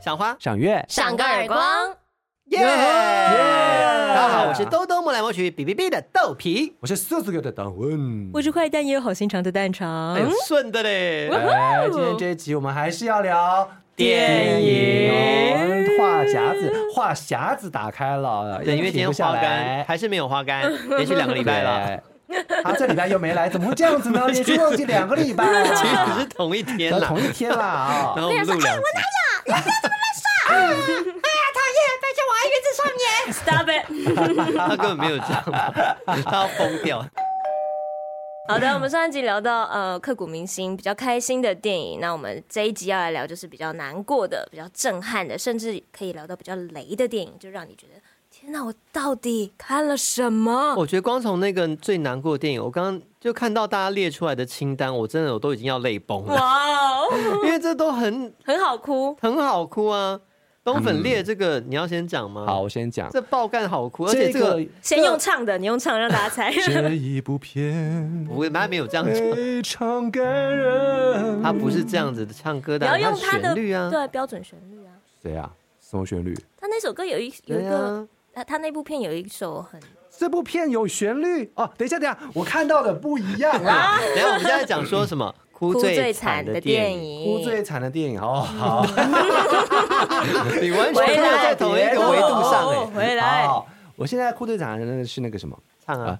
赏花，赏月，赏个耳光。耶！大家好，我是兜兜摸来摸去比比比的豆皮，我是色素哥的党魂。我是坏蛋也有好心肠的蛋肠哎。呦，顺的嘞。哎，今天这一集我们还是要聊哦电电影话匣子，话匣子打开了，对，因为今天停不下花干来还是没有花 干，连续两个礼拜了，对。啊他这礼拜又没来，怎么会这样 子呢？连续忘记两个礼拜了，其实是同哎一天都啦。同一天啦 啊、然后我们录两集， Stop it！他根本哎没有这样，他要疯掉。好的，我们上一集聊到呃刻骨铭心比较开心的电影，那我们这一集要来聊就是比较难过的、比较震撼的，甚至可以聊到比较雷的电影，就让你觉得天哪，我到底看了什么？我觉得光从那个最难过的电影，我刚刚就看到大家列出来的清单，我真的我都已经要泪崩了，哇哦，因为这都很很好哭。很好哭啊。东粉列这个你要先讲吗？好，，我先讲，这爆干好哭，而且这个先用唱的，你用唱让大家猜。这一部片 我妈没有这样讲，非常感人。她不是这样子的唱歌嗯不的要啊，用她他的旋律啊，对标准旋律啊。谁啊？什么旋律？他那首歌有一有一对个，啊，他他那部片有一首很这部片有旋律哦。等一下，等一下，我看到的不一样 啊。 等一下我们现在讲说什么？哭哭最最惨惨的的电电 影，影，哭最惨的电影哦，好，你完全没有在同一个维度上哦哎，回来。嗯好，我现在哭最惨的那个是那个什么唱啊，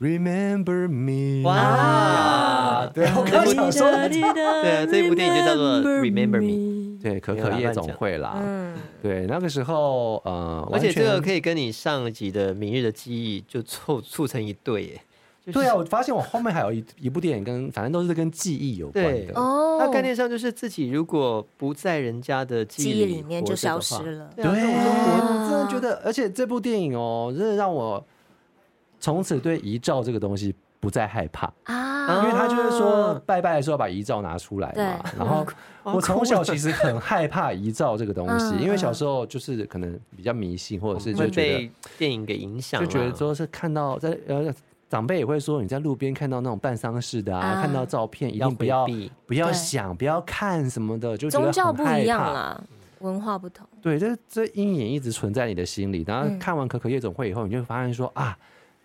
？Remember me？哇啊，对，我刚想说， 对 啊，对这一部电影就叫做《Remember Me》，对，可可夜总会啦，嗯，对，那个时候，呃，而且这个可以，以跟你上一集的《明日的记忆》就凑促成一对耶。对啊，我发现我后面还有一一部电影跟，反正都是跟记忆有关对的，哦，它概念上就是自己如果不在人家的记记忆里面活就着消的失话。了。对对，啊，我真的觉得，而且这部电影哦，真的让我从此对遗照这个东西不再害怕。啊因为他就是说拜拜的时候把遗照拿出来嘛。对 然后哦哇我从哭小了其实很害怕遗照这个东西，嗯因为小时候就是可能比较迷信，或者是会就觉被电影给影响得啊，就觉得说是看到在呃。长辈也会说，你在路边看到那种办丧事的啊，啊看到照片一要定不要回避不要对想，不要看什么的，就觉得宗教很不害一样怕啦，文化不同。对，这这阴影一直存在你的心里。然后嗯看完《可可夜总会》以后，你就会发现说啊，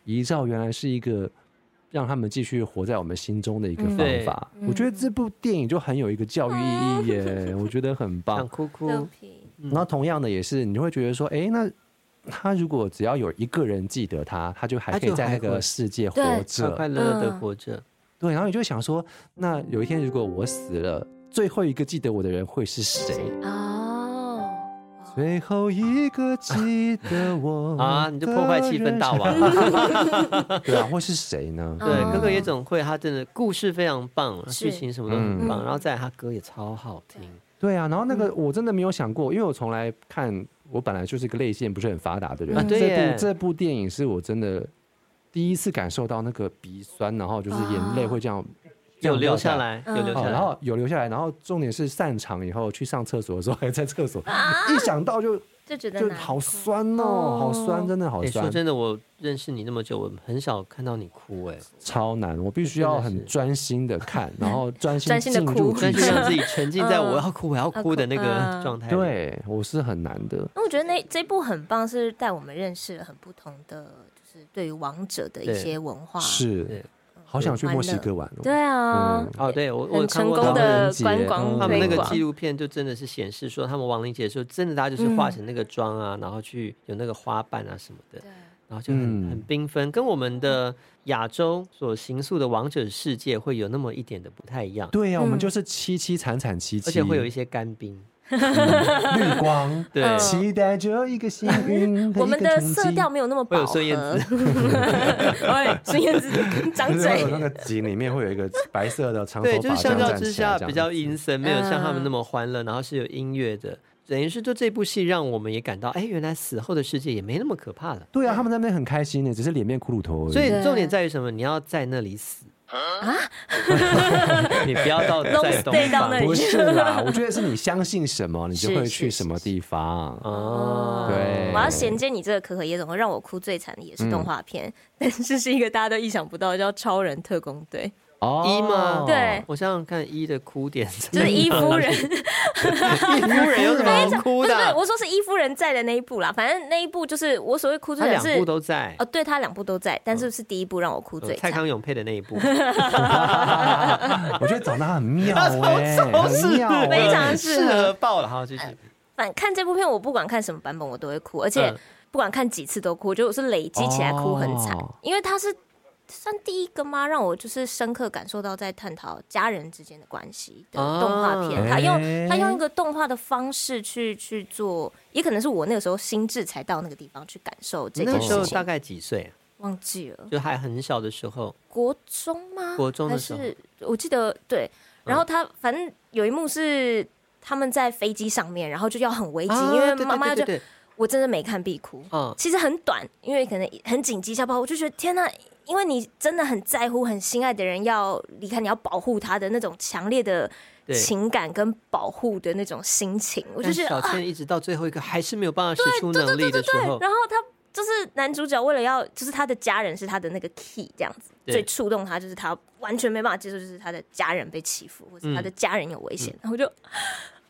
遗照原来是一个让他们继续活在我们心中的一个嗯哦方法。我觉得这部电影就很有一个教育意义耶，我觉得很想棒。哭哭。豆皮，然后同样的也是，你会觉得说，哎，那他如果只要有一个人记得他，他就还他可以就在还那个会世界活对快着。快乐乐的嗯活着，对，然后你就会想说，那有一天如果我死了，最后一个记得我的人会是谁？哦，最后一个记得我啊你就破坏气氛大王嗯的人对啊，会是谁呢？ 对，哦哥哥夜总会他真的故事非常棒，是剧情什么都很棒，嗯然后再来他歌也超好听，对啊，然后那个我真的没有想过，因为我从来看，我本来就是一个泪腺不是很发达的人。啊对这耶部这部电影是我真的第一次感受到那个鼻酸，然后就是眼泪会这样、这有样留掉下来。来，有留下哦，来，然后有留下来，然后重点是散场以后去上厕所的时候还在厕所，一想到就就觉得就难好过酸哦哦，好酸，真的好哎，酸。说真的，我认识你那么久，我很少看到你哭哎，超难，我必须要真的很是专心 的看，然后专心专心地进哭入剧但是情。让自己沉浸在嗯我要哭我要哭的那个嗯状态。，对，我是很难的。那我觉得那这部很棒，是带我们认识了很不同的，就是对于王者的一对些文化。，是对，好想去墨西哥玩哦。对啊嗯，哦，对我我有很看成过功他们的王者观节光嗯他们那推个广纪。录片就真的是显示说，他们亡灵节的时候，真的大家就是化成那个妆啊，然后去有那个花瓣啊什么的，对然后就很嗯很缤纷，跟我们的亚洲所形塑的王者世界会有那么一点的不太一样，对呀，我们嗯就是凄凄惨惨戚戚，而且会有一些干冰。绿光，对嗯期待着一个幸 运和我一们个的冲色击调没有那么会有饱和。孙燕姿 喂，孙燕姿， 张就是会有。嘴那个井里面会有一个白色的长头对，发，就是相较之下比较阴森，没有像他们嗯那么欢乐，然后是有音乐的，等于是就这部戏让我们也感到，哎，原来死后的世界也没那么可怕了。对啊，他们在那边很开心的，只是脸面骷髅头而已。所以对重点在于什么？你要在那里死 啊！你不要到 Long 在东 stay 到方那里不是 啦，我觉得是你相信什么，你就是会是去是什么是啊地方。哦，对我要衔接你这个可可夜总会，嗯 让我哭最惨的也是动画片，但是是一个大家都意想不到的叫《超人特工队》。哦一吗 E 对我想想看，一的哭点就是伊 夫人，伊夫人有什么好哭不是不是， 的？我说是伊夫人在的那一部啦。反正那一部就是我所谓哭他最惨两是部，都在哦，，对他两部都在，但是是第一部让我哭嗯最蔡惨。康永配的那一 部， 我觉得长得很妙哎、是很妙欸哦非常适合哎爆了。好，继续。反看这部片，我不管看什么版本，我都会哭，而且嗯不管看几次都哭。我觉得我是累积起来哭很惨，哦因为他是算第一个吗？让我就是深刻感受到在探讨家人之间的关系的哦动画片，他哎用他用一个动画的方式去去做，也可能是我那个时候心智才到那个地方去感受这那件个时候事大情。概几岁啊？忘记了就还很小的时候，国中吗？国中的还时候嗯是我记得对，然后他反正有一幕是。他们在飞机上面，然后就要很危机，啊因为对对哎妈妈对就对对我真的没看必哭，嗯，其实很短，因为可能很紧急下包，我就觉得天呐，因为你真的很在乎、很心爱的人要离开，你要保护他的那种强烈的对情感跟保护的那种心情，我就但觉得小啊，倩一直到最后一个还是没有办法使出对能对力对的时对，候，然后他就是男主角为了要，就是他的家人是他的那个 key 这样子，对最触动他就是他完全没办法接受，就是他的家人被欺负，或者他的家人有危险，然后我就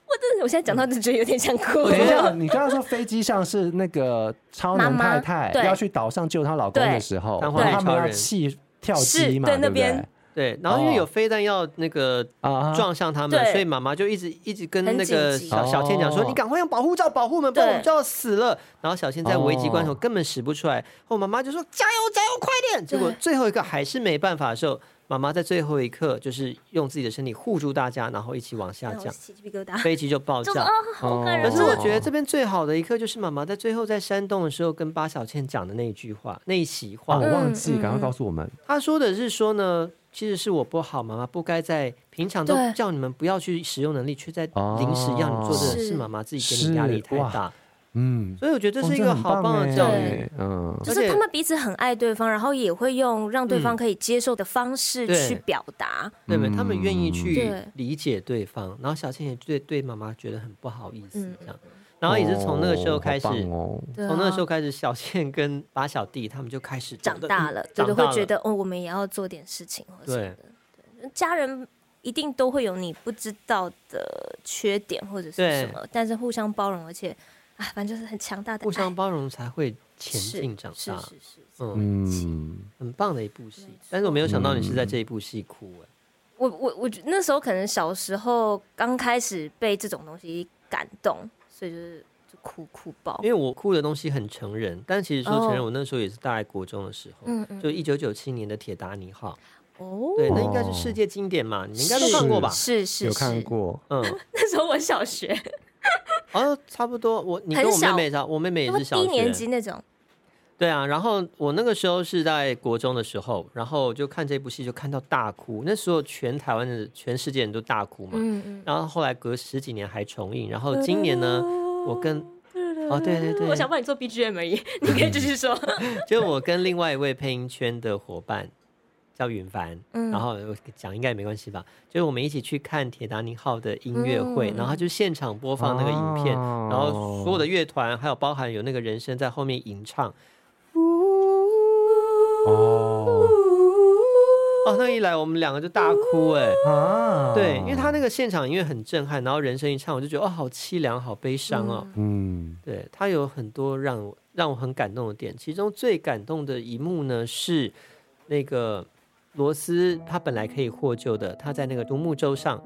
我真的我现在讲到就觉得有点想哭，等一然后下，你刚刚说飞机上是那个超能太妈妈太对要去岛上救她老公的时候，对然后他们对要弃跳机嘛，是对对那不边对？对，然后因为哦有飞弹要那个啊撞上他们，对所以妈妈就一直一直跟很那紧个急小小倩讲说：“哦你赶快用保护罩保护我们，不对然我们就要死了。”然后小倩在危急关头哦根本使不出来，后妈妈就说：“加油，加油，快点！”结果对最后一个还是没办法的时候，妈妈在最后一刻就是用自己的身体护住大家，然后一起往下然后啊我降，起鸡皮疙瘩，飞机就爆就是炸啊。，好感人可哦，是我觉得这边最好的一刻就是妈妈在最后在山洞的时候跟八小倩讲的那一句话，那一席啊，话。我忘记，嗯嗯赶快告诉我们。他说的是说呢，其实是我不好，妈妈不该在平常都对叫你们不要去使用能力，却在哦临时要你做这个，是是妈妈自己给你压力太大。嗯，所以我觉得这是一哦个很好棒的欸教育。对嗯，哦就而是且他们彼此很爱对方，然后也会用让对方可以接受的方式嗯对去表达。对不嗯对？他们愿意去对理解对方，然后小倩也对对妈妈觉得很不好意思嗯这样，然后也是从那个时候开始，哦好棒哦对啊从那个时候开始，小倩跟八小弟他们就开始长得大了，对长对，大会觉得哦，我们也要做点事情或者什么的。对家人一定都会有你不知道的缺点或者是对什么，但是互相包容，而且啊，反正就是很强大的互爱相包容才会前是进长哎是大。是是，嗯，嗯，很棒的一部戏，但是我没有想到你是在这一部戏哭哎。我我我觉那时候可能小时候刚开始被这种东西感动，所以就是就哭哭爆因。为我哭的东西很成人，但其实说成人，我那时候也是大概国中的时候，哦嗯嗯就一九九七年的《铁达尼号》，哦，对，那应该是世界经典嘛，你们应该都看过吧？是是有是，看过，嗯， 那时候我小学，哦，差不多，我你跟很我妹小妹差，我妹妹也那是么小低年学，级那种，对啊，然后我那个时候是在国中的时候，然后就看这部戏就看到大哭，那时候全台湾的全世界人都大哭嘛，嗯嗯。然后后来隔十几年还重映，然后今年呢，我跟哦对对对，嗯我想帮你做 BGM 而已，你可以继续说。就我跟另外一位配音圈的伙伴叫云凡，嗯然后我讲应该也没关系吧，就是我们一起去看《铁达尼号》的音乐会，嗯然后他就现场播放那个影片，哦然后所有的乐团还有包含有那个人声在后面吟唱，哦嗯哦，那一来我们两个就大哭哎、啊，对，因为他那个现场音乐很震撼，然后人声一唱，我就觉得哦，好凄凉，好悲伤哦。嗯对他有很多让我让我很感动的点，其中最感动的一幕呢是那个罗斯，他本来可以获救的，他在那个独木舟上，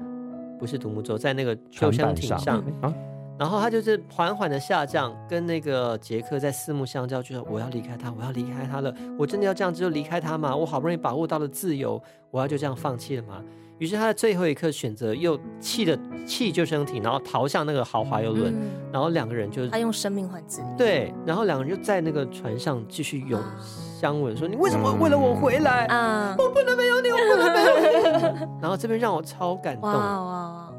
不是独木舟，在那个救船生板艇上上，啊，然后他就是缓缓的下降，跟那个杰克在四目相交，就说我要离开他，我要离开他了，我真的要这样子就离开他吗？我好不容易把握到了自由，我要就这样放弃了吗？于是他在最后一刻选择又弃了弃救生艇，然后逃向那个豪华游轮，嗯然后两个人就他用生命换自由。对，然后两个人就在那个船上继续拥啊相吻，说你为什么为了我回来？啊，然后这边让我超感哇动，哇哇！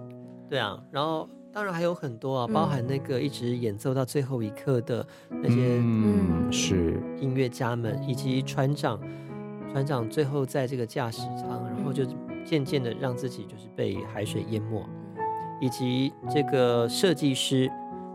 对啊，然后当然还有很多啊，嗯包含那个一直演奏到最后一刻的那些嗯，是音乐家们，以及船长，船长最后在这个驾驶舱，然后就渐渐的让自己就是被海水淹没，以及这个设计师，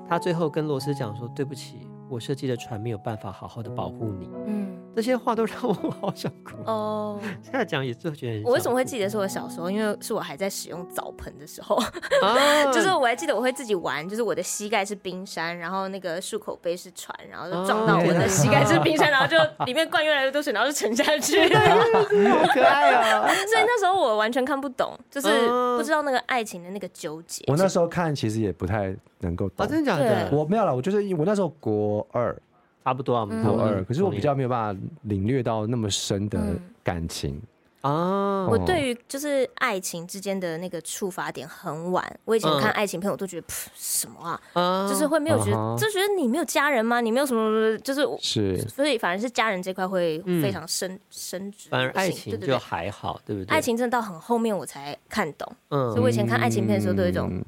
他最后跟罗斯讲说对不起，我设计的船没有办法好好的保护你。嗯，那些话都让我好想哭。哦，现在讲也是觉得很想哭我为什么会记得是我小时候？因为是我还在使用澡盆的时候， 啊？ 就是我还记得我会自己玩，就是我的膝盖是冰山，然后那个漱口杯是船，然后就撞到我的膝盖哦是冰山，然后就 里面灌越来越多水，然后就沉下去。好可爱啊！ 所以那时候我完全看不懂，就是嗯不知道那个爱情的那个纠结。我那时候看其实也不太能够啊，懂。真的假的？我没有了，我就是因为我那时候国二，差不多啊，我嗯们差不国多二，可是我比较同没有办法领略到那么深的嗯感情。年啊，我对于就是爱情之间的那个触发点很晚，我以前嗯看爱情片，我都觉得噗什么啊，啊就是会没有觉啊哈得，就觉得你没有家人吗？你没有什么，就是我是，所以反而是家人这块会嗯非常深深植我心，反而爱对情对就对，还好，对不对？爱，情真的到很后面我才看懂，所以嗯，我以前看爱情片的时候都有一种嗯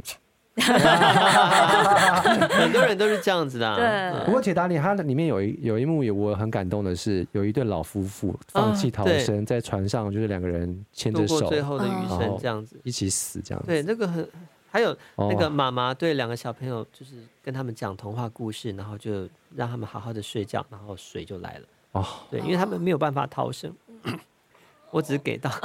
很多人都是这样子的啊。 对嗯不过《铁达尼》它里面有一有一幕也我很感动的是，有一对老夫妇放弃逃生，在船上就是两个人牵度着过手最后的余哦生这样子。一起死这样子。对，那个很，还有哦那个妈妈对两个小朋友，就是跟他们讲童话故事，然后就让他们好好的睡觉，然后水就来了。哦，对，因为他们没有办法逃生，我只是给到，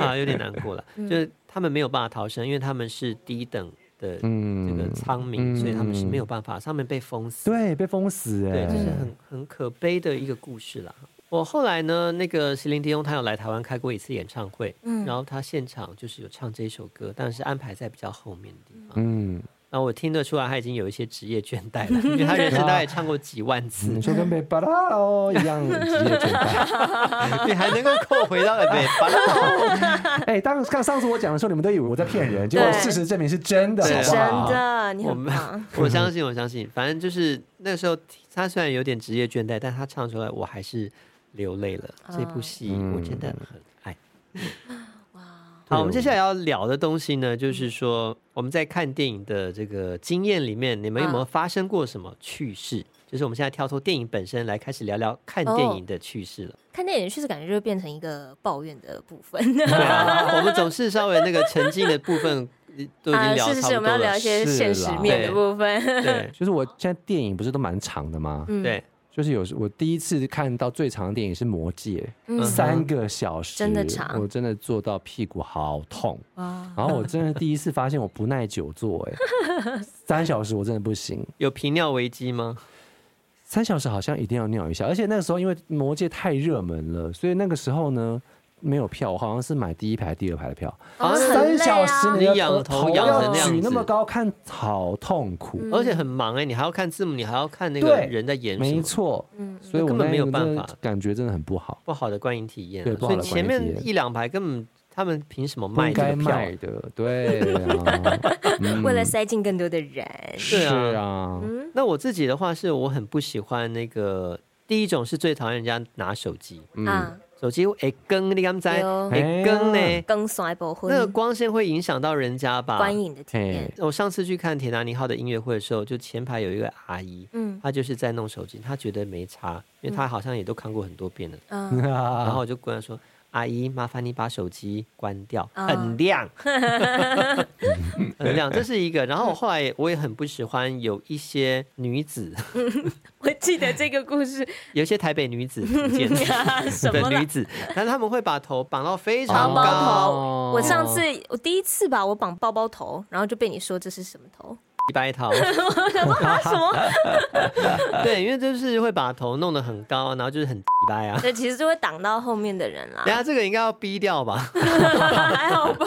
啊，有点难过了，就是他们没有办法逃生，因为他们是低等的嗯，这个苍民，所以他们是没有嗯。办法，他们被封死。对，被封死哎、对，就是很很可悲的一个故事啦。我后来呢，那个席琳迪翁他有来台湾开过一次演唱会，嗯然后他现场就是有唱这首歌，但是安排在比较后面的地方。嗯，然后我听得出来他已经有一些职业倦怠了，因为他人生大概唱过几万次 你，说跟被巴拉哦一样直接全败。你还能够扣回到北方。 哎、当刚上次我讲的时候，你们都以为我在骗人，结果对事实证明是真的，是好真不好？的，你啊我很们棒， 我相信，我相信，反正就是那时候他虽然有点职业倦怠，但他唱出来我还是流泪了。这部戏嗯我真的很爱。 哇，哦嗯好，我们接下来要聊的东西呢，就是说我们在看电影的这个经验里面，你们有嗯没有发生过什么趣事？就是我们现在跳脱电影本身来开始聊聊看电影的趣事了。看电影确实感觉就会变成一个抱怨的部分。 对啊，我们总是稍微那个沉浸的部分呃都已经啊，聊是是差是，我不们要多聊了一。些是现实啦面的对部嗯分。对就是我现在电影不是都蛮长的吗？嗯对，就是有时我第一次看到最长的电影是《魔戒》，嗯三个小时，真的长我真的坐到屁股好痛。哇，然后我真的第一次发现我不耐久坐、 哎，三小时我真的不行，有频尿危机吗？三小时好像一定要尿一下。而且那个时候因为《魔戒》太热门了，所以那个时候呢。没有票，我好像是买第一排、第二排的票，啊哦很三累小时啊你的仰头头仰要成那样举子那么高，看好痛苦。嗯而且很忙哎、你还要看字幕，你还要看那个对人在演什没么，错，嗯，所以我根本那没有个真的办法感觉真的很不好，不好的观影体验啊、对不所好以的前观影体面验一两排根本他们凭什么不卖应这该个票啊？卖的，对 啊，嗯为了塞进更多的人，是对啊，嗯那我自己的话是我很不喜欢那个，第一种是最讨厌人家拿手机，嗯，啊，手机哎更你刚才有哎更哎呢呀，更爽一波那个啊婚光线会影响到人家吧？观影的体验嘿，我上次去看铁达尼号的音乐会的时候，就前排有一个阿姨，嗯她就是在弄手机，她觉得没差，因为她好像也都看过很多遍了。 嗯，然后我就跟她说：“阿姨，麻烦你把手机关掉，啊很 亮，很亮。”这是一个。然后我后来我也很不喜欢有一些女子，我记得这个故事有一些台北女子福建 什的么女啦？子，但他们会把头绑到非常绑包高，头，我上次我第一次吧，我绑包包头，然后就被你说这是什么 头？一百头，啊什么？对，因为就是会把头弄得很高，然后就是很一掰啊。这其实就会挡到后面的人啦等 一。下这个应该要逼掉吧？还好吧，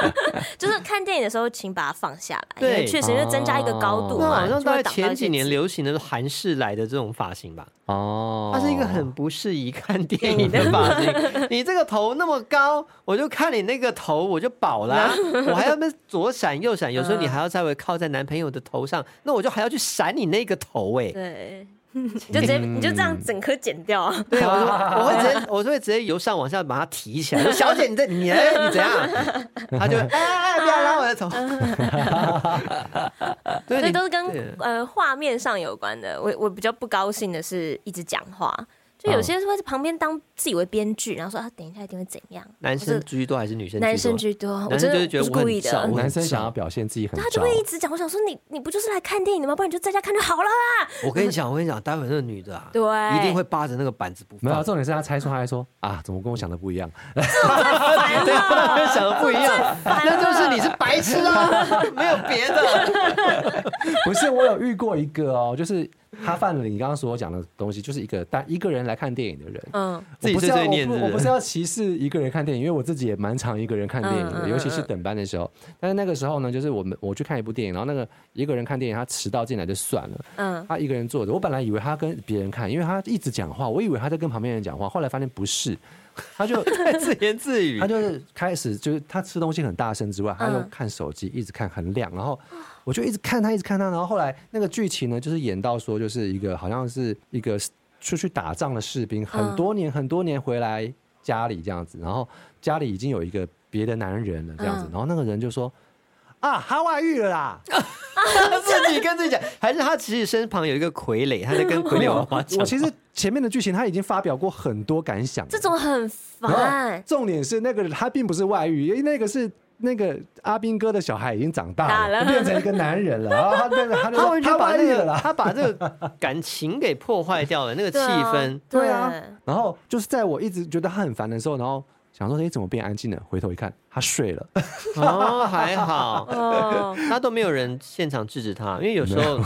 就是看电影的时候，请把它放下来，因对哦为确实因为增加一个高度那嘛，好像啊就大会概挡到前一些几年字流行的韩式来的这种发型吧， 哦它是一个很不适宜 看电影的发型。你这个头那么高，我就看你那个头我就饱啦、 我还要那左闪右闪，有时候嗯你还要稍微靠在男朋友的头上，那我就还要去闪你那个头哎、对， 你就直接你就这样嗯整颗剪掉啊，对，我说我会直 接，我就会直接由上往下把它提起来。说小姐，你这你哎，你怎样？他就会哎哎，哎不要拉我的 头。对，所以你都是对跟呃画面上有关的。我我比较不高兴的是一直讲话，就哦有些人会在旁边当自以为编剧，然后说啊，等一下一定会怎样。男我生是居多还是女生居多？男生居多，我男真生的就是觉得不是我很故意的。照我男很生想照要表现自己很他就照会一直讲，我想说你你不就是来看电影的吗？不然你就在家看就好了啊。我跟你讲，我跟你讲，待会那个女的啊，对，一定会扒着那个板子不没有，啊放。重点是他猜错，他还说啊，怎么跟我想的不一样？ 烦了。跟啊想的不一样，那就是你是白痴啊，没有别的。不是，我有遇过一个哦，就是他犯了你刚刚所讲的东西，就是一个单一个人来看电影的人。嗯，自己我不是要碎碎念我是不不是我不是要歧视一个人看电影，因为我自己也蛮常一个人看电影嗯嗯的，嗯尤其是等班的时候。但是那个时候呢，就是我们我去看一部电影，然后那个一个人看电影，他迟到进来就算了，嗯，他一个人坐着。我本来以为他跟别人看，因为他一直讲话，我以为他在跟旁边人讲话，后来发现不是，他就自言自语他，就是开始就是他吃东西很大声之外，他就看手机，一直看很亮，然后啊我就一直看他，一直看他，然后后来那个剧情呢，就是演到说就是一个好像是一个出去打仗的士兵，很多年很多年回来家里这样子，然后家里已经有一个别的男人了这样子嗯，然后那个人就说啊，他外遇了啦， 自己跟自己讲，还是他其实身旁有一个傀儡，他在跟傀没儡有娃娃讲。我其实前面的剧情他已经发表过很多感想了，这种很然哦后烦。啊重点是那个他并不是外遇，因为那个是那个阿兵哥的小孩已经长大了，大了变成一个男人了，然后他变成他就 他说完全他把外那遇了个啦。他把这个感情给破坏掉了，那个气对啊氛。对啊，然后就是在我一直觉得他很烦的时候，然后想说哎怎么变安静了？回头一看他睡了，哦，还好对，哦，他都没有人现场制止他，因为有时候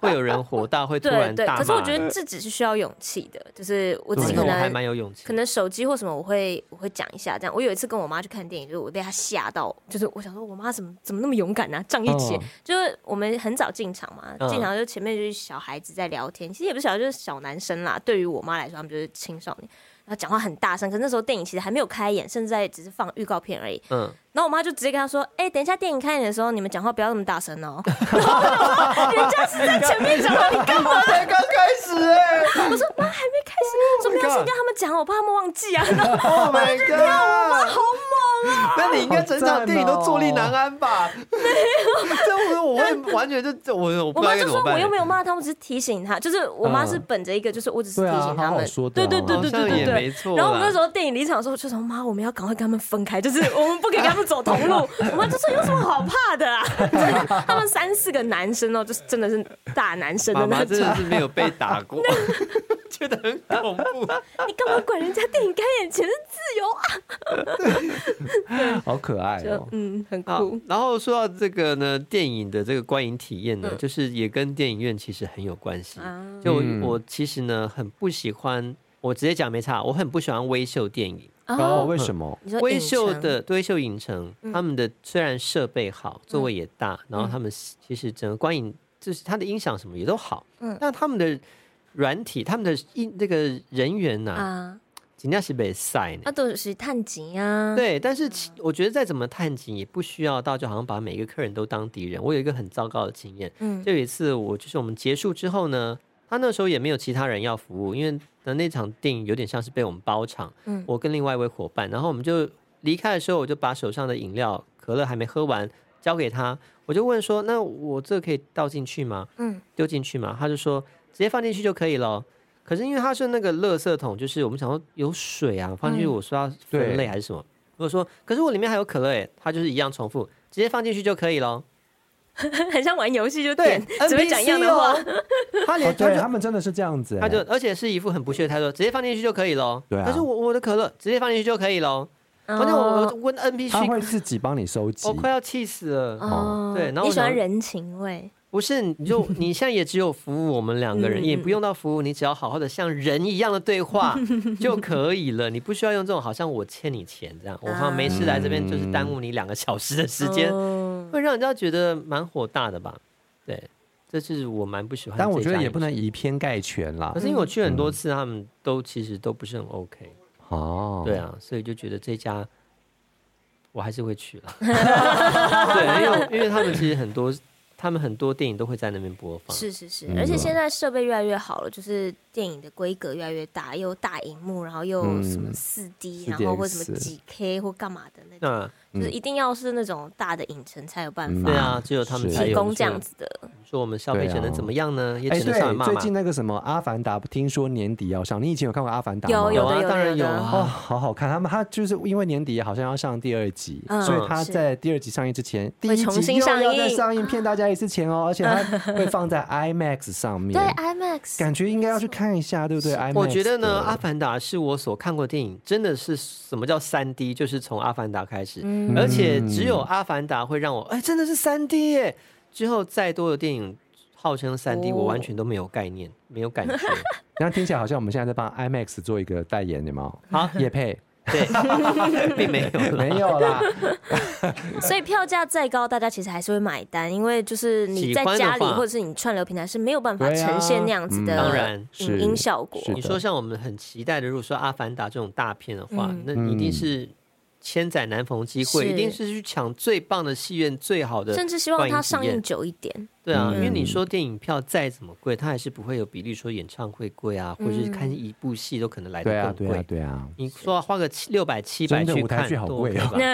会有人火大， 会突对然对。大骂。可是我觉得这只是需要勇气的，就是我自己对可我还蛮能。有勇气可。能手机或什么，我会我会讲一下这样。我有一次跟我妈去看电影，就是我被她吓到，就是我想说，我妈怎么怎么那么勇敢呢、仗义气，嗯就是我们很早进场嘛，嗯进场就前面就是小孩子在聊天，其实也不是小孩，就是小男生啦。对于我妈来说，他们就是青少年，然后讲话很大声。可是那时候电影其实还没有开演，甚至在只是放预告片而已。嗯，然后我妈就直接跟他说：“哎、等一下电影开演的时候，你们讲话不要那么大声哦。” 然后我就说：“人家是在前面讲话，你干嘛？才刚开始哎还没开始，说没有先跟他们讲，我怕他们忘记啊。”然后，Oh my god！好 猛 啊！那你应该整场电影都坐立哦难安 吧？这我我会完全就我我我不知道妈该就怎说么办欸我。又没有骂他们，只是提醒他，就是我妈嗯是本着一个就是我只是提对啊醒他好好们说，的对啊对对好对像对对也没对。错啦。然后我们那时候电影离场的时候，我就说妈，我们要赶快跟他们分开，就是我们不可以跟他们走同 路。我妈就说有什么好怕的啊？ 真的他们三四个男生哦，就是真的是大男生的妈那妈种真。的是没有被打过，觉得很恐怖。 你干嘛管人家电影开演前是自由啊？好可爱哦就。嗯，很好酷，，然后说到这个呢，电影的这个观影体验呢，就是也跟电影院其实很有关系。嗯啊就我嗯我其实呢很不喜欢，我直接讲没差，我很不喜欢微秀电影。然然后为什 么？哦你说微影秀城嗯的微秀影城，他们的虽然设备好，座位也大，然后他们其实整个观影就是它的音响什么也都好，嗯但他们的软体、他们的音那个人员呐、啊，人家是被塞呢啊。都是探景啊，对，但是其我觉得再怎么探景，也不需要到就好像把每个客人都当敌人。我有一个很糟糕的经验，嗯， 就有一次我就是我们结束之后呢，他那时候也没有其他人要服务，因为那那场电影有点像是被我们包场，嗯我跟另外一位伙伴，然后我们就离开的时候，我就把手上的饮料可乐还没喝完交给他，我就问说，那我这可以倒进去吗？嗯，丢进去吗？他就说直接放进去就可以了。可是因为它是那个垃圾桶，就是我们想说有水啊，放进去嗯我说要分类还是什么？我说可是我里面还有可乐诶，他就是一样重复，直接放进去就可以了。很像玩游戏就对点，，只会讲一样的话， NPC 哦。他哦连，他对，就他们真的是这样子欸。他就，而且是一副很不屑的态度，直接放进去就可以喽。对啊可是我我的可乐直接放进去就可以喽。反反正我我问 NPC，他会自己帮你收集我。快要气死了。哦，对然后你我喜欢想人情味，不是，你 就你现在也只有服务我们两个人，嗯也不用到服务，你只要好好的像人一样的对 话就可以了。你不需要用这种好像我欠你钱这样，我好像没事来这边就是耽误你两个小时的时间，哦会让人家觉得蛮火大的吧？对，这是我蛮不喜欢。但我觉得也不能。嗯以偏概全啦可。是因为我去很多次，他们都其实都不是很 OK，、哦，对，啊，所以就觉得这家我还是会去 了。对，因为我因为他们其实很多，他们很多电影都会在那边播放。是是是，嗯而且现在设备越来越好了，就是电影的规格越来越大，又有大荧幕，然后又有什么嗯四 D，、 4DX 然后或什么几 K 或干嘛的那种，那嗯就是一定要是那种大的影城才有办嗯法对啊，只有他们是才有提供这这样个子的说我们消费者能怎么样呢？也哎，只能上来对，骂最嘛。近那个什么《阿凡达》，听说年底要上。你以前有看过《阿凡达》有吗？有的啊，的当然有有的啊。哦，好好看。他们他就是因为年底好像要上第二集，嗯所以他在第二集上映之前，第一集重新又上映要再上映骗大家一次钱 哦，而且他会放在 IMAX 上面对。IMAX，感觉应该要去看一下，对不对？IMAX 我觉得呢，《啊的阿凡达》是我所看过的电影，真的是什么叫三 D，就是从《阿凡达》开始，嗯而且只有《阿凡达》会让我，哎，真的是三 D 耶！之后再多的电影号称三 D，、哦我完全都没有概念，没有感觉。然后听起来好像我们现在在帮 IMAX 做一个代言，有没 有？好，也配 对，并没有啦。没有啦，所以票价再高，大家其实还是会买单，因为就是你在喜欢的家里话或者是你串流平台是没有办法对啊呈现那样子嗯当的然影是音效果。是你说像我们很期待的，如果说《阿凡达》这种大片的话，嗯那一定是千载难逢机会，是一定是去抢最棒的戏院、最好的甚至希望观影它体上验映久一点，对啊，因为你嗯说电影票再怎么贵，它还是不会有比例说演唱会贵啊，或者是嗯看一部戏都可能来对啊的，更对啊贵。，对啊。你说要花个七六百、七百真的去舞台看，剧好多贵 OK 哦 吧对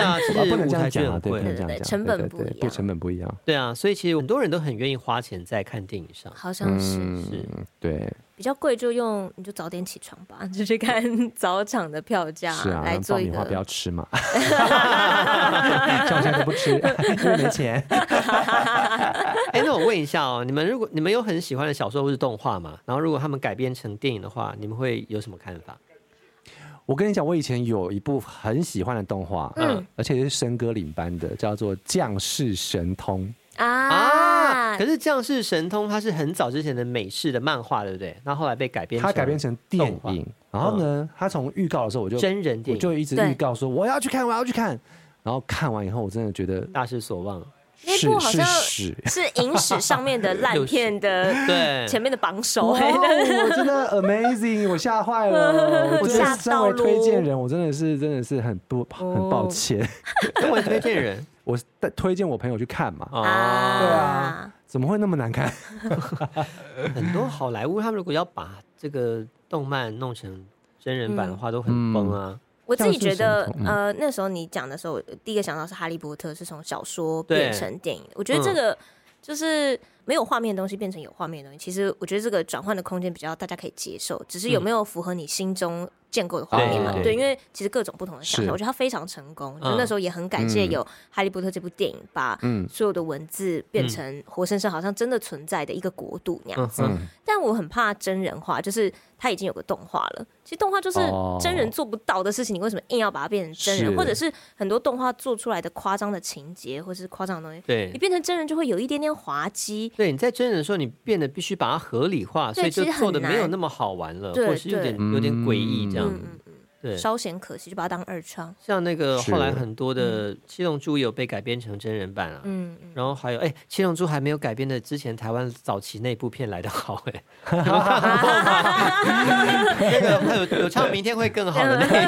啊，其实啊不能舞这样台剧讲啊，很对，不贵能对这样对讲，成对本对不对一对，样成本不一样。对啊，所以其实很多人都很愿意花钱在看电影上。好像是、嗯是，对，比较贵，就用你就早点起床吧， 就去看早场的票价、嗯是啊，来让爆做一米花不要个。吃 嘛，像我现在都不吃， 因为没钱。 哎，那我问一下哦，你们如果你们有很喜欢的小说或是动画嘛？然后如果他们改编成电影的话，你们会有什么看法？我跟你讲，我以前有一部很喜欢的动画，嗯嗯，而且是神哥领班的，叫做《降世神通》。啊可，是《降世神通》它是很早之前的美式的漫画，对不对？那后来被改编，它改编成电动画影，然后嗯呢，它从预告的时候我就真人我电影，就一直对预告说我要去看，我要去看。然后看完以后，我真的觉得大失所 望。那是部好是像屎。是影史上面的 烂片的对，前面的榜首、嗯哇哦欸，我真的 amazing，我吓坏 了。我真吓的身到为咯哦推荐人，我真的是真的是很不很抱歉。那我推荐 人我是推荐我朋友去看嘛，啊，对啊，怎么会那么难看？啊很多好莱坞他们如果要把这个动漫弄成真人版的话，都很嗯崩啊。我自己觉得像是神，童嗯呃，那时候你讲的时候，我第一个想到是《哈利波特》是从小说对变成电影的。我觉得这个就是没有画面的东西变成有画面的东西，其实我觉得这个转换的空间比较大家可以接受，只是有没有符合你心中建构的画面嘛？对对，因为其实各种不同的想是象，我觉得它非常成功。嗯就那时候也很感谢嗯有《哈利波特》这部电影，把 嗯所有的文字变成活生生好像真的存在的一个国度那样嗯子。哼，但我很怕真人化，就是它已经有个动画了。其实动画就是哦真人做不到的事情，你为什么硬要把它变成真是人？或者是很多动画做出来的夸张的情节，或是夸张的东西，你对。变成真人就会有一点点滑稽。对，你在真人的时候，你变得必须把它合理化，对所以就其实很做的没有难那么好玩了，对或是有点对有点诡异这样嗯。嗯对嗯，，稍显可惜，就把它当二创。像那个是后来很多的《七龙珠》有被改编成真人版啊，嗯嗯，然后还有哎，《七龙珠》还没有改编的之前台湾早期那部片来的好哎， 那个还有有唱《明天会更好》的那一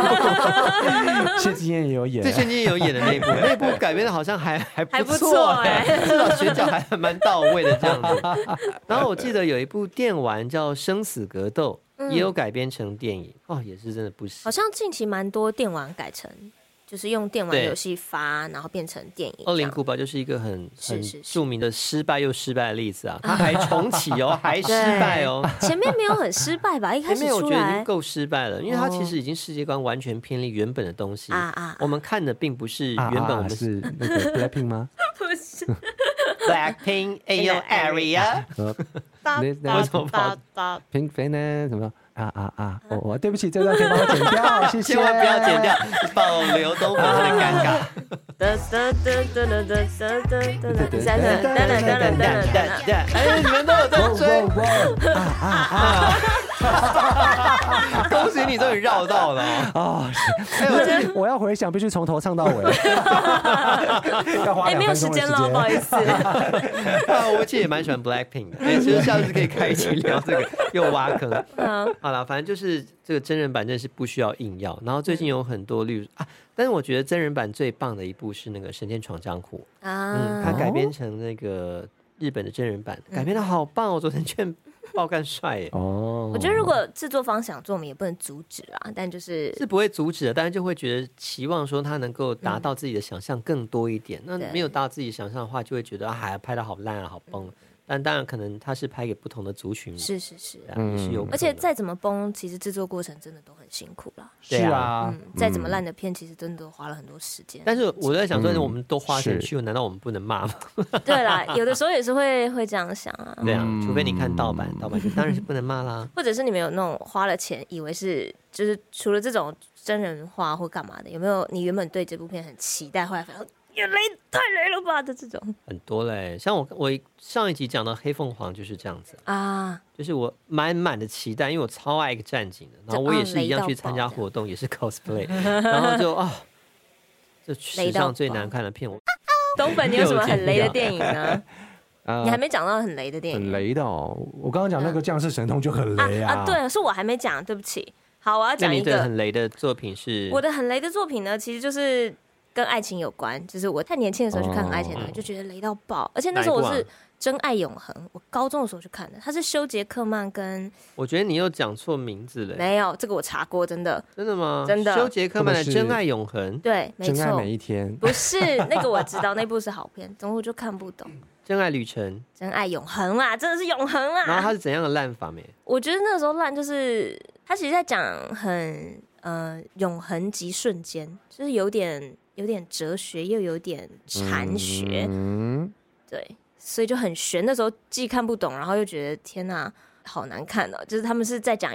部， 谢金燕也有演啊最，近也有演的那一部，那一部改编的好像还还还不错错哎、至少选角还蛮到位的这样 子。然后我记得有一部电玩叫《生死格斗》，也有改编成电影，哦，也是真的不好行。像近期蛮多电玩改成，就是用电玩对游戏发，然后变成电影这样。恶灵古堡就是一个很很是是是著名的失败又失败的例子啊，它还重启 哦，还失败哦，前面没有很失败吧？一开前始面我出觉得已经来哦够失败了，因为它其实已经世界观完全偏离原本的东西啊。啊，我们看的并不是啊原本我啊们是那个 Blackpink 吗？不是 Blackpink AO Area，呃哒那那哒为什么跑哒哒 Pink f a n e 什么啊啊啊！我我对不起，这段可以帮我剪掉，谢谢。千万不要剪掉，保留东方的尴 尬。噔噔噔噔噔噔噔噔噔噔噔噔噔噔噔噔噔噔噔噔噔。哎，你们都有在追，哇。哇哇恭喜你终于绕到了哦。 啊！哎，我真 我要回想，必须从头唱到 尾，要花哎，两没有分时钟的间了，不好意思。啊，我其实也蛮喜欢 Blackpink 的。哎，其实下次可以开一期聊这个，又挖坑。嗯好了，反正就是这个真人版真的是不需要硬要。然后最近有很多例如啊，但是我觉得真人版最棒的一部是那个《神剑闯江湖》，嗯，它啊，改编成那个日本的真人版，改编的好棒哦！我昨天劝爆干帅耶，哦，我觉得如果制作方想做，我们也不能阻止啊。但就是是不会阻止的，但是就会觉得期望说他能够达到自己的想象更多一点。那对没有达到自己想象的话，就会觉得啊，哎拍的好烂啊，好崩。但当然，可能他是拍给不同的族群，是是是，啊也是有可能。而且再怎么崩，其实制作过程真的都很辛苦啦。是对啊，嗯，再怎么烂的片，其实真的都花了很多时间。但是我在想说，嗯我们都花钱是去，难道我们不能骂吗？ 对啦，有的时候也是会会这样想啊，对嗯啊，除非你看盗版，盗版就当然是不能骂啦。或者是你们有那种花了钱，以为是就是除了这种真人化或干嘛的，有没有你原本对这部片很期待，后来发现哦也雷太雷了吧的这种很多嘞，像我我上一集讲到黑凤凰就是这样子，啊？就是我满满的期待，因为我超爱一个战警的，然后我也是一样去参加活动，也是 cosplay，然后就啊，这史上最难看的片，我东本，你有什么很雷的电影呢？你还没讲到很雷的电呃嗯很影雷的哦。我刚刚讲那个降世神通就很雷啊啊！对，是我还没讲，对不起。好，我要那讲你一的个很雷的作品是我的很雷的作品呢，其实就是跟爱情有关，就是我太年轻的时候去看很爱情的东西，就觉得雷到爆，而且那时候我哪一是部《真爱永恒》，我高中的时候去看的，它是修杰克曼跟我觉得你又讲错名字了，没有这个我查过，真的真的吗？真的修杰克曼的他们《是真爱永恒》，《对，没真爱错，每一天，不是那个我知道那部是好片，总之我就看不懂。真爱旅程》，真爱永恒啊，真的是永恒 然后啊！它是怎样的烂法没？我觉得那时候烂就是，他其实在讲很呃永恒及瞬间，就是有点有点哲学，又有点禅学，嗯，对，所以就很悬。那时候既看不懂，然后又觉得天哪、好难看哦！就是他们是在讲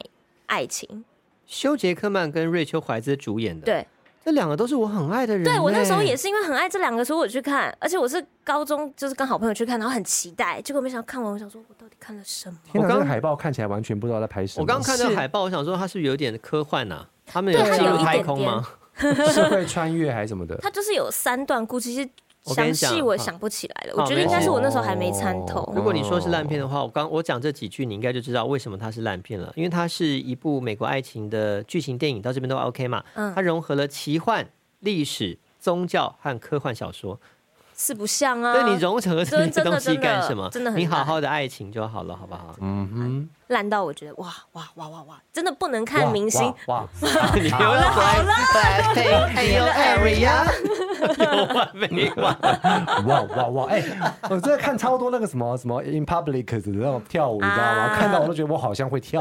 爱情，修杰克曼跟瑞秋怀兹主演的，，对这两个都是我很爱的人嘞。对，我那时嗯候也是因为很爱这两个，所以我去看，而且我是高中就是跟好朋友去看，然后很期待，结果没想到看完，我想说我到底看了什么？天哪，我刚这个海报看起来完全不知道在拍什么。我刚看到是海报，我想说它是不是有点科幻呐、他们有对它进有入一太点空点吗？ 社会穿越还是什么的，它就是有三段故事，其实我跟你详讲细我好想不起来了。好我觉得应该没事是我那时候还没参透。哦如果你说是烂片的话，我刚我讲这几句，你应该就知道为什么它是烂片了，因为它是一部美国爱情的剧情电影，到这边都 OK 嘛。嗯它融合了奇幻、历史、宗教和科幻小说，四不像啊，所以你融合这些真真的东西真的干什么？真的很你好烂好的爱情就好了，好不好？嗯烂到我觉得哇哇哇哇哇，真的不能哼，看明星。哇，哇 你有了好了，还有 area 有完没 完？哇哇哇！哎、我真的看超多那个什么什么 in public 的那种跳舞，你知道吗？啊看到我都觉得我好像会跳。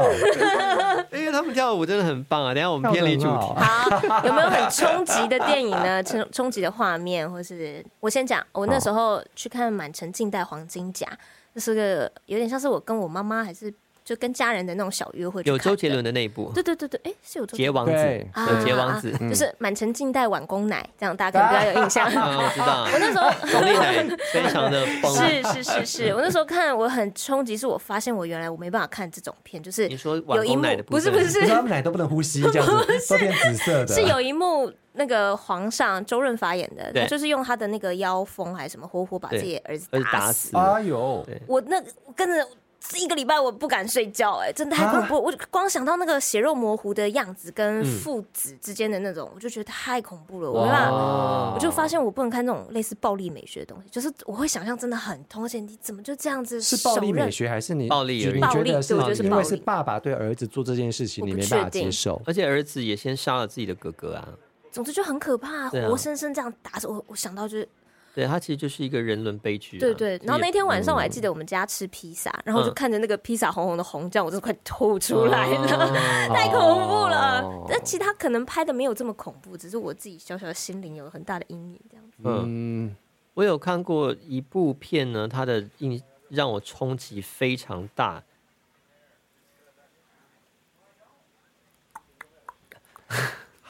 因为他们跳舞真的很棒啊！等一下我们偏离主跳题得很好。好，啊有没有很冲击的电影呢？ 冲冲击的画面，或是我先讲，我那时候去看《满城尽带黄金甲》，这是个有点像是我跟我妈妈还是就跟家人的那种小约会。有周杰伦，的那一部对对对对，哎，是有周杰结王子，对有结王子嗯啊，就是满城尽带碗公奶，这样大家可能比较有 印象。啊，我知道。 我那时候巩俐奶非常啊的崩。是是是是，我那时候看我很冲击，是我发现我原来我没办法看这种片，就是你说有晚一风幕奶的部不分是不你说是他们奶都不能呼吸，这样子都变紫色的。啊是有一幕那个皇上周润发演的，对他就是用他的那个妖风还是什么，活活把对自己儿子而且打打死。死。哎呦，对我那我跟着一个礼拜我不敢睡觉，哎，真的太恐怖了。我就光想到那个血肉模糊的样子跟父子之间的那种，我就觉得太恐怖了，我没办法。哇我就发现我不能看这种类似暴力美学的东西，就是我会想象真的很痛，而且你怎么就这样子是暴力手刃美学还是你暴力而已你觉得暴力对我觉得是因暴为力是爸爸对儿子做这件事情，我不你没办法确接定受。而且儿子也先杀了自己的哥哥啊，总之就很可怕，对啊活生生这样打死我。我想到就是，对他其实就是一个人伦悲剧啊、嗯对对。就是然后那天晚上我还记得我们家吃披萨，嗯然后我就看着那个披萨红红的红酱，我真的快吐出来了，哦 太恐怖了哦。 但其实他可能拍的没有这么恐怖，只是我自己小小的心灵有很大的阴影这样子。嗯，嗯，我有看过一部片呢，它的印让我冲击非常大。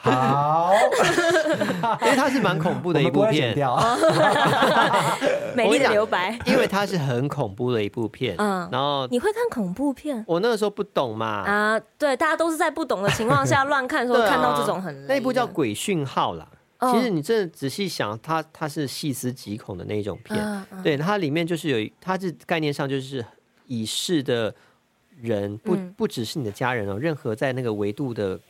好，因为它是蛮恐怖的一我们不部会剪片， 掉。呃美丽的留白，因为它是很恐怖的一部片。嗯然后你会看恐怖片我那个时候不懂嘛，啊？对，大家都是在不懂的情 况下乱看，说对啊看到这种很雷的那一部叫《鬼讯号》啦。嗯其实你真的仔细想，它它是细思极恐的那一种片。嗯嗯对，它里面就是有一，它是概念上就是已逝的人，不嗯不只是你的家人哦，任何在那个维度的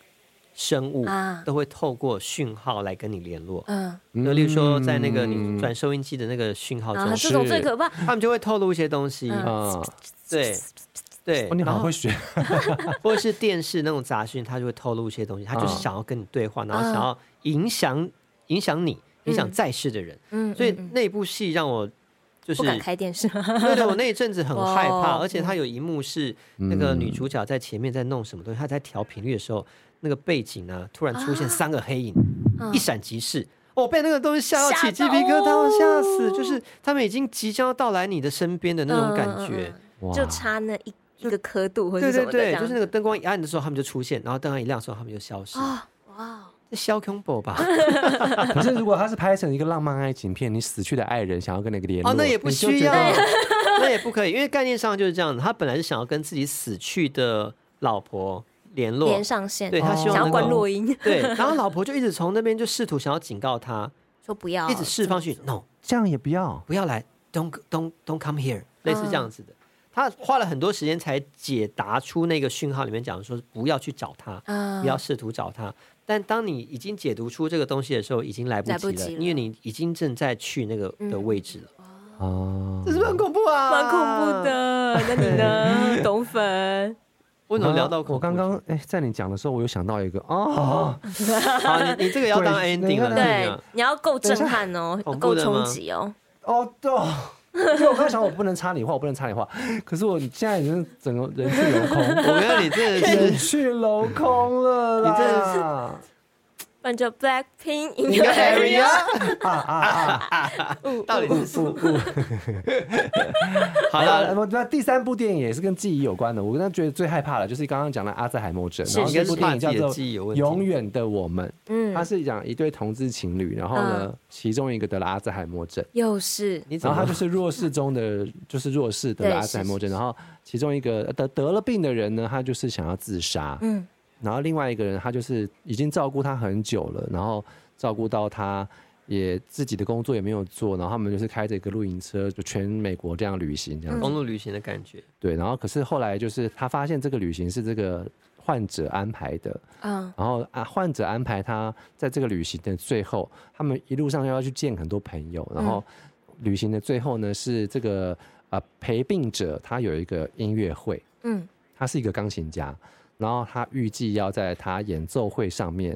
生物啊都会透过讯号来跟你联络。嗯，那例如说，在那个你嗯转收音机的那个讯号啊，中，这种是最可怕。他们就会透露一些东西。嗯啊，对，对哦，，你好然后会学，或者是电视那种杂讯，它就会透露一些东西，它就是嗯想要跟你对话，然后嗯想要影响影响你，影响嗯在世的人。嗯，所以嗯嗯那部戏让我就是不敢开电视，对对，我那一阵子很害怕，哦而且它有一幕是那个女主角在前面在弄什嗯么东西，她在调频率的时候，那个背景呢突然出现三个黑影，嗯一闪即逝。我、被那个东西吓到起鸡吓到皮疙瘩，我吓哦死！就是他们已经即将要到来你的身边的那种感嗯嗯觉，嗯哇就差那一一个刻度或者对什对么的这对，样就子，是那个灯光一暗的时候，他们就出现，然后灯光一亮的时候，他们就消失。啊，哇哦，这小恐怖 吧？可是如果他是拍成一个浪漫爱情片，你死去的爱人想要跟那个联络，哦，那也不你就需觉要得， 那也不可以，因为概念上就是这样子。他本来是想要跟自己死去的老婆联络连，上线，对他希哦想望要能关够录音， 对，然后老婆就一直从那边就试图想要警告 他，说不要，一直释放去，no，这样也不要。不要来，don't don't don't come 嗯 here，类似这样子的。他花了很多时间才解答出那个讯号里面讲说不要去找他，啊不要试图找他。但当你已经解读出这个东西的时候，已经来不来及不了，及了嗯因为你已经正在去那个的位置了。哦，这是不是很恐怖啊？蛮恐怖。 的。那你呢，董粉？为什么聊到恐怖我刚刚哎，在你讲的时候，我有想到一个哦，好，你你这个要当对 ending 了，那对对啊，你要够震撼哦恐，怖够的冲吗击哦。哦，对哦，因为我刚想我不能插你话，我不能插你话，可是我现在已经整个人去楼空，我觉得你真的人 是，去楼空了啦，你真的的不然就 Blackpink in 你 your 跟 area。 Area 啊啊啊！到底是什么？好好了，了，我呃那第三部电影也是跟记忆有关的，我那觉得最害怕的就是刚刚讲的阿兹海默症，是然后是这是部电影叫怕做自己的记忆有《问题永远的我们》，它嗯，是讲一对同志情侣，然后呢，其中一个得了阿兹海默症。又是你怎然后么他就是弱势中的， 就是弱势得了对阿兹海默是症。然后其中一个得得了病的人呢，他就是想要自杀。嗯然后另外一个人，他就是已经照顾他很久了，然后照顾到他也自己的工作也没有做，然后他们就是开着一个露营车，就全美国这样旅行这样。公路旅行的感觉？对，然后可是后来就是他发现这个旅行是这个患者安排的，嗯然后啊，患者安排他在这个旅行的最后，他们一路上又要去见很多朋友，然后嗯旅行的最后呢是这个呃陪病者他有一个音乐会，嗯，他是一个钢琴家，然后他预计要在他演奏会上面，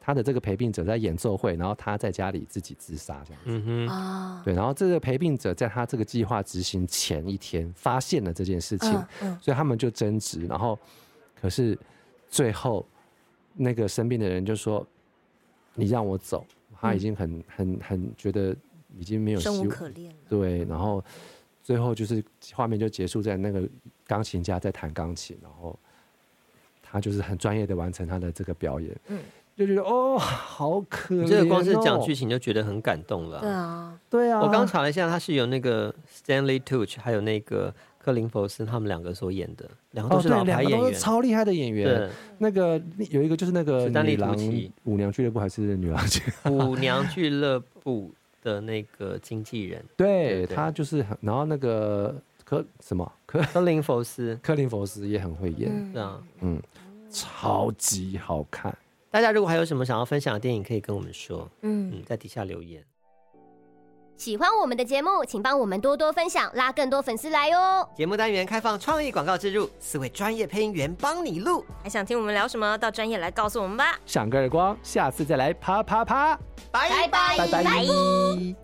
他的这个陪病者在演奏会，然后他在家里自己自杀这样。嗯哼，啊，对，然后这个陪病者在他这个计划执行前一天发现了这件事情，嗯嗯所以他们就争执，然后可是最后那个生病的人就说：“你让我走。”他已经很很很觉得已经没有希嗯生无望，可恋了。对，然后最后就是画面就结束在那个钢琴家在弹钢琴，然后他就是很专业的完成他的这个表演，嗯就觉得哦，好可怜、哦。你这个光是讲剧，情就觉得很感动了对啊。啊，对啊，我刚查了一下，它是由那个 Stanley Tucci 还有那个克林福斯他们两个所演的，两个哦，都是对，老两牌个演都员是。超厉害的演员对。，那个有一个就是那个史丹利女郎图奇舞娘俱乐部还是女郎俱乐部，舞娘俱乐部的那个经纪人对对对他就是很，然后那个科什么 科科林佛斯。科林佛斯也很会演，对啊，嗯，超级好看。大家如果还有什么想要分享的电影，可以跟我们说，嗯嗯，在底下留言。喜欢我们的节目，请帮我们多多分享，拉更多粉丝来哦。节目单元开放创意广告植入，四位专业配音员帮你录。还想听我们聊什么？到专业来告诉我们吧。赏个耳光，下次再来啪啪啪，拜拜拜拜。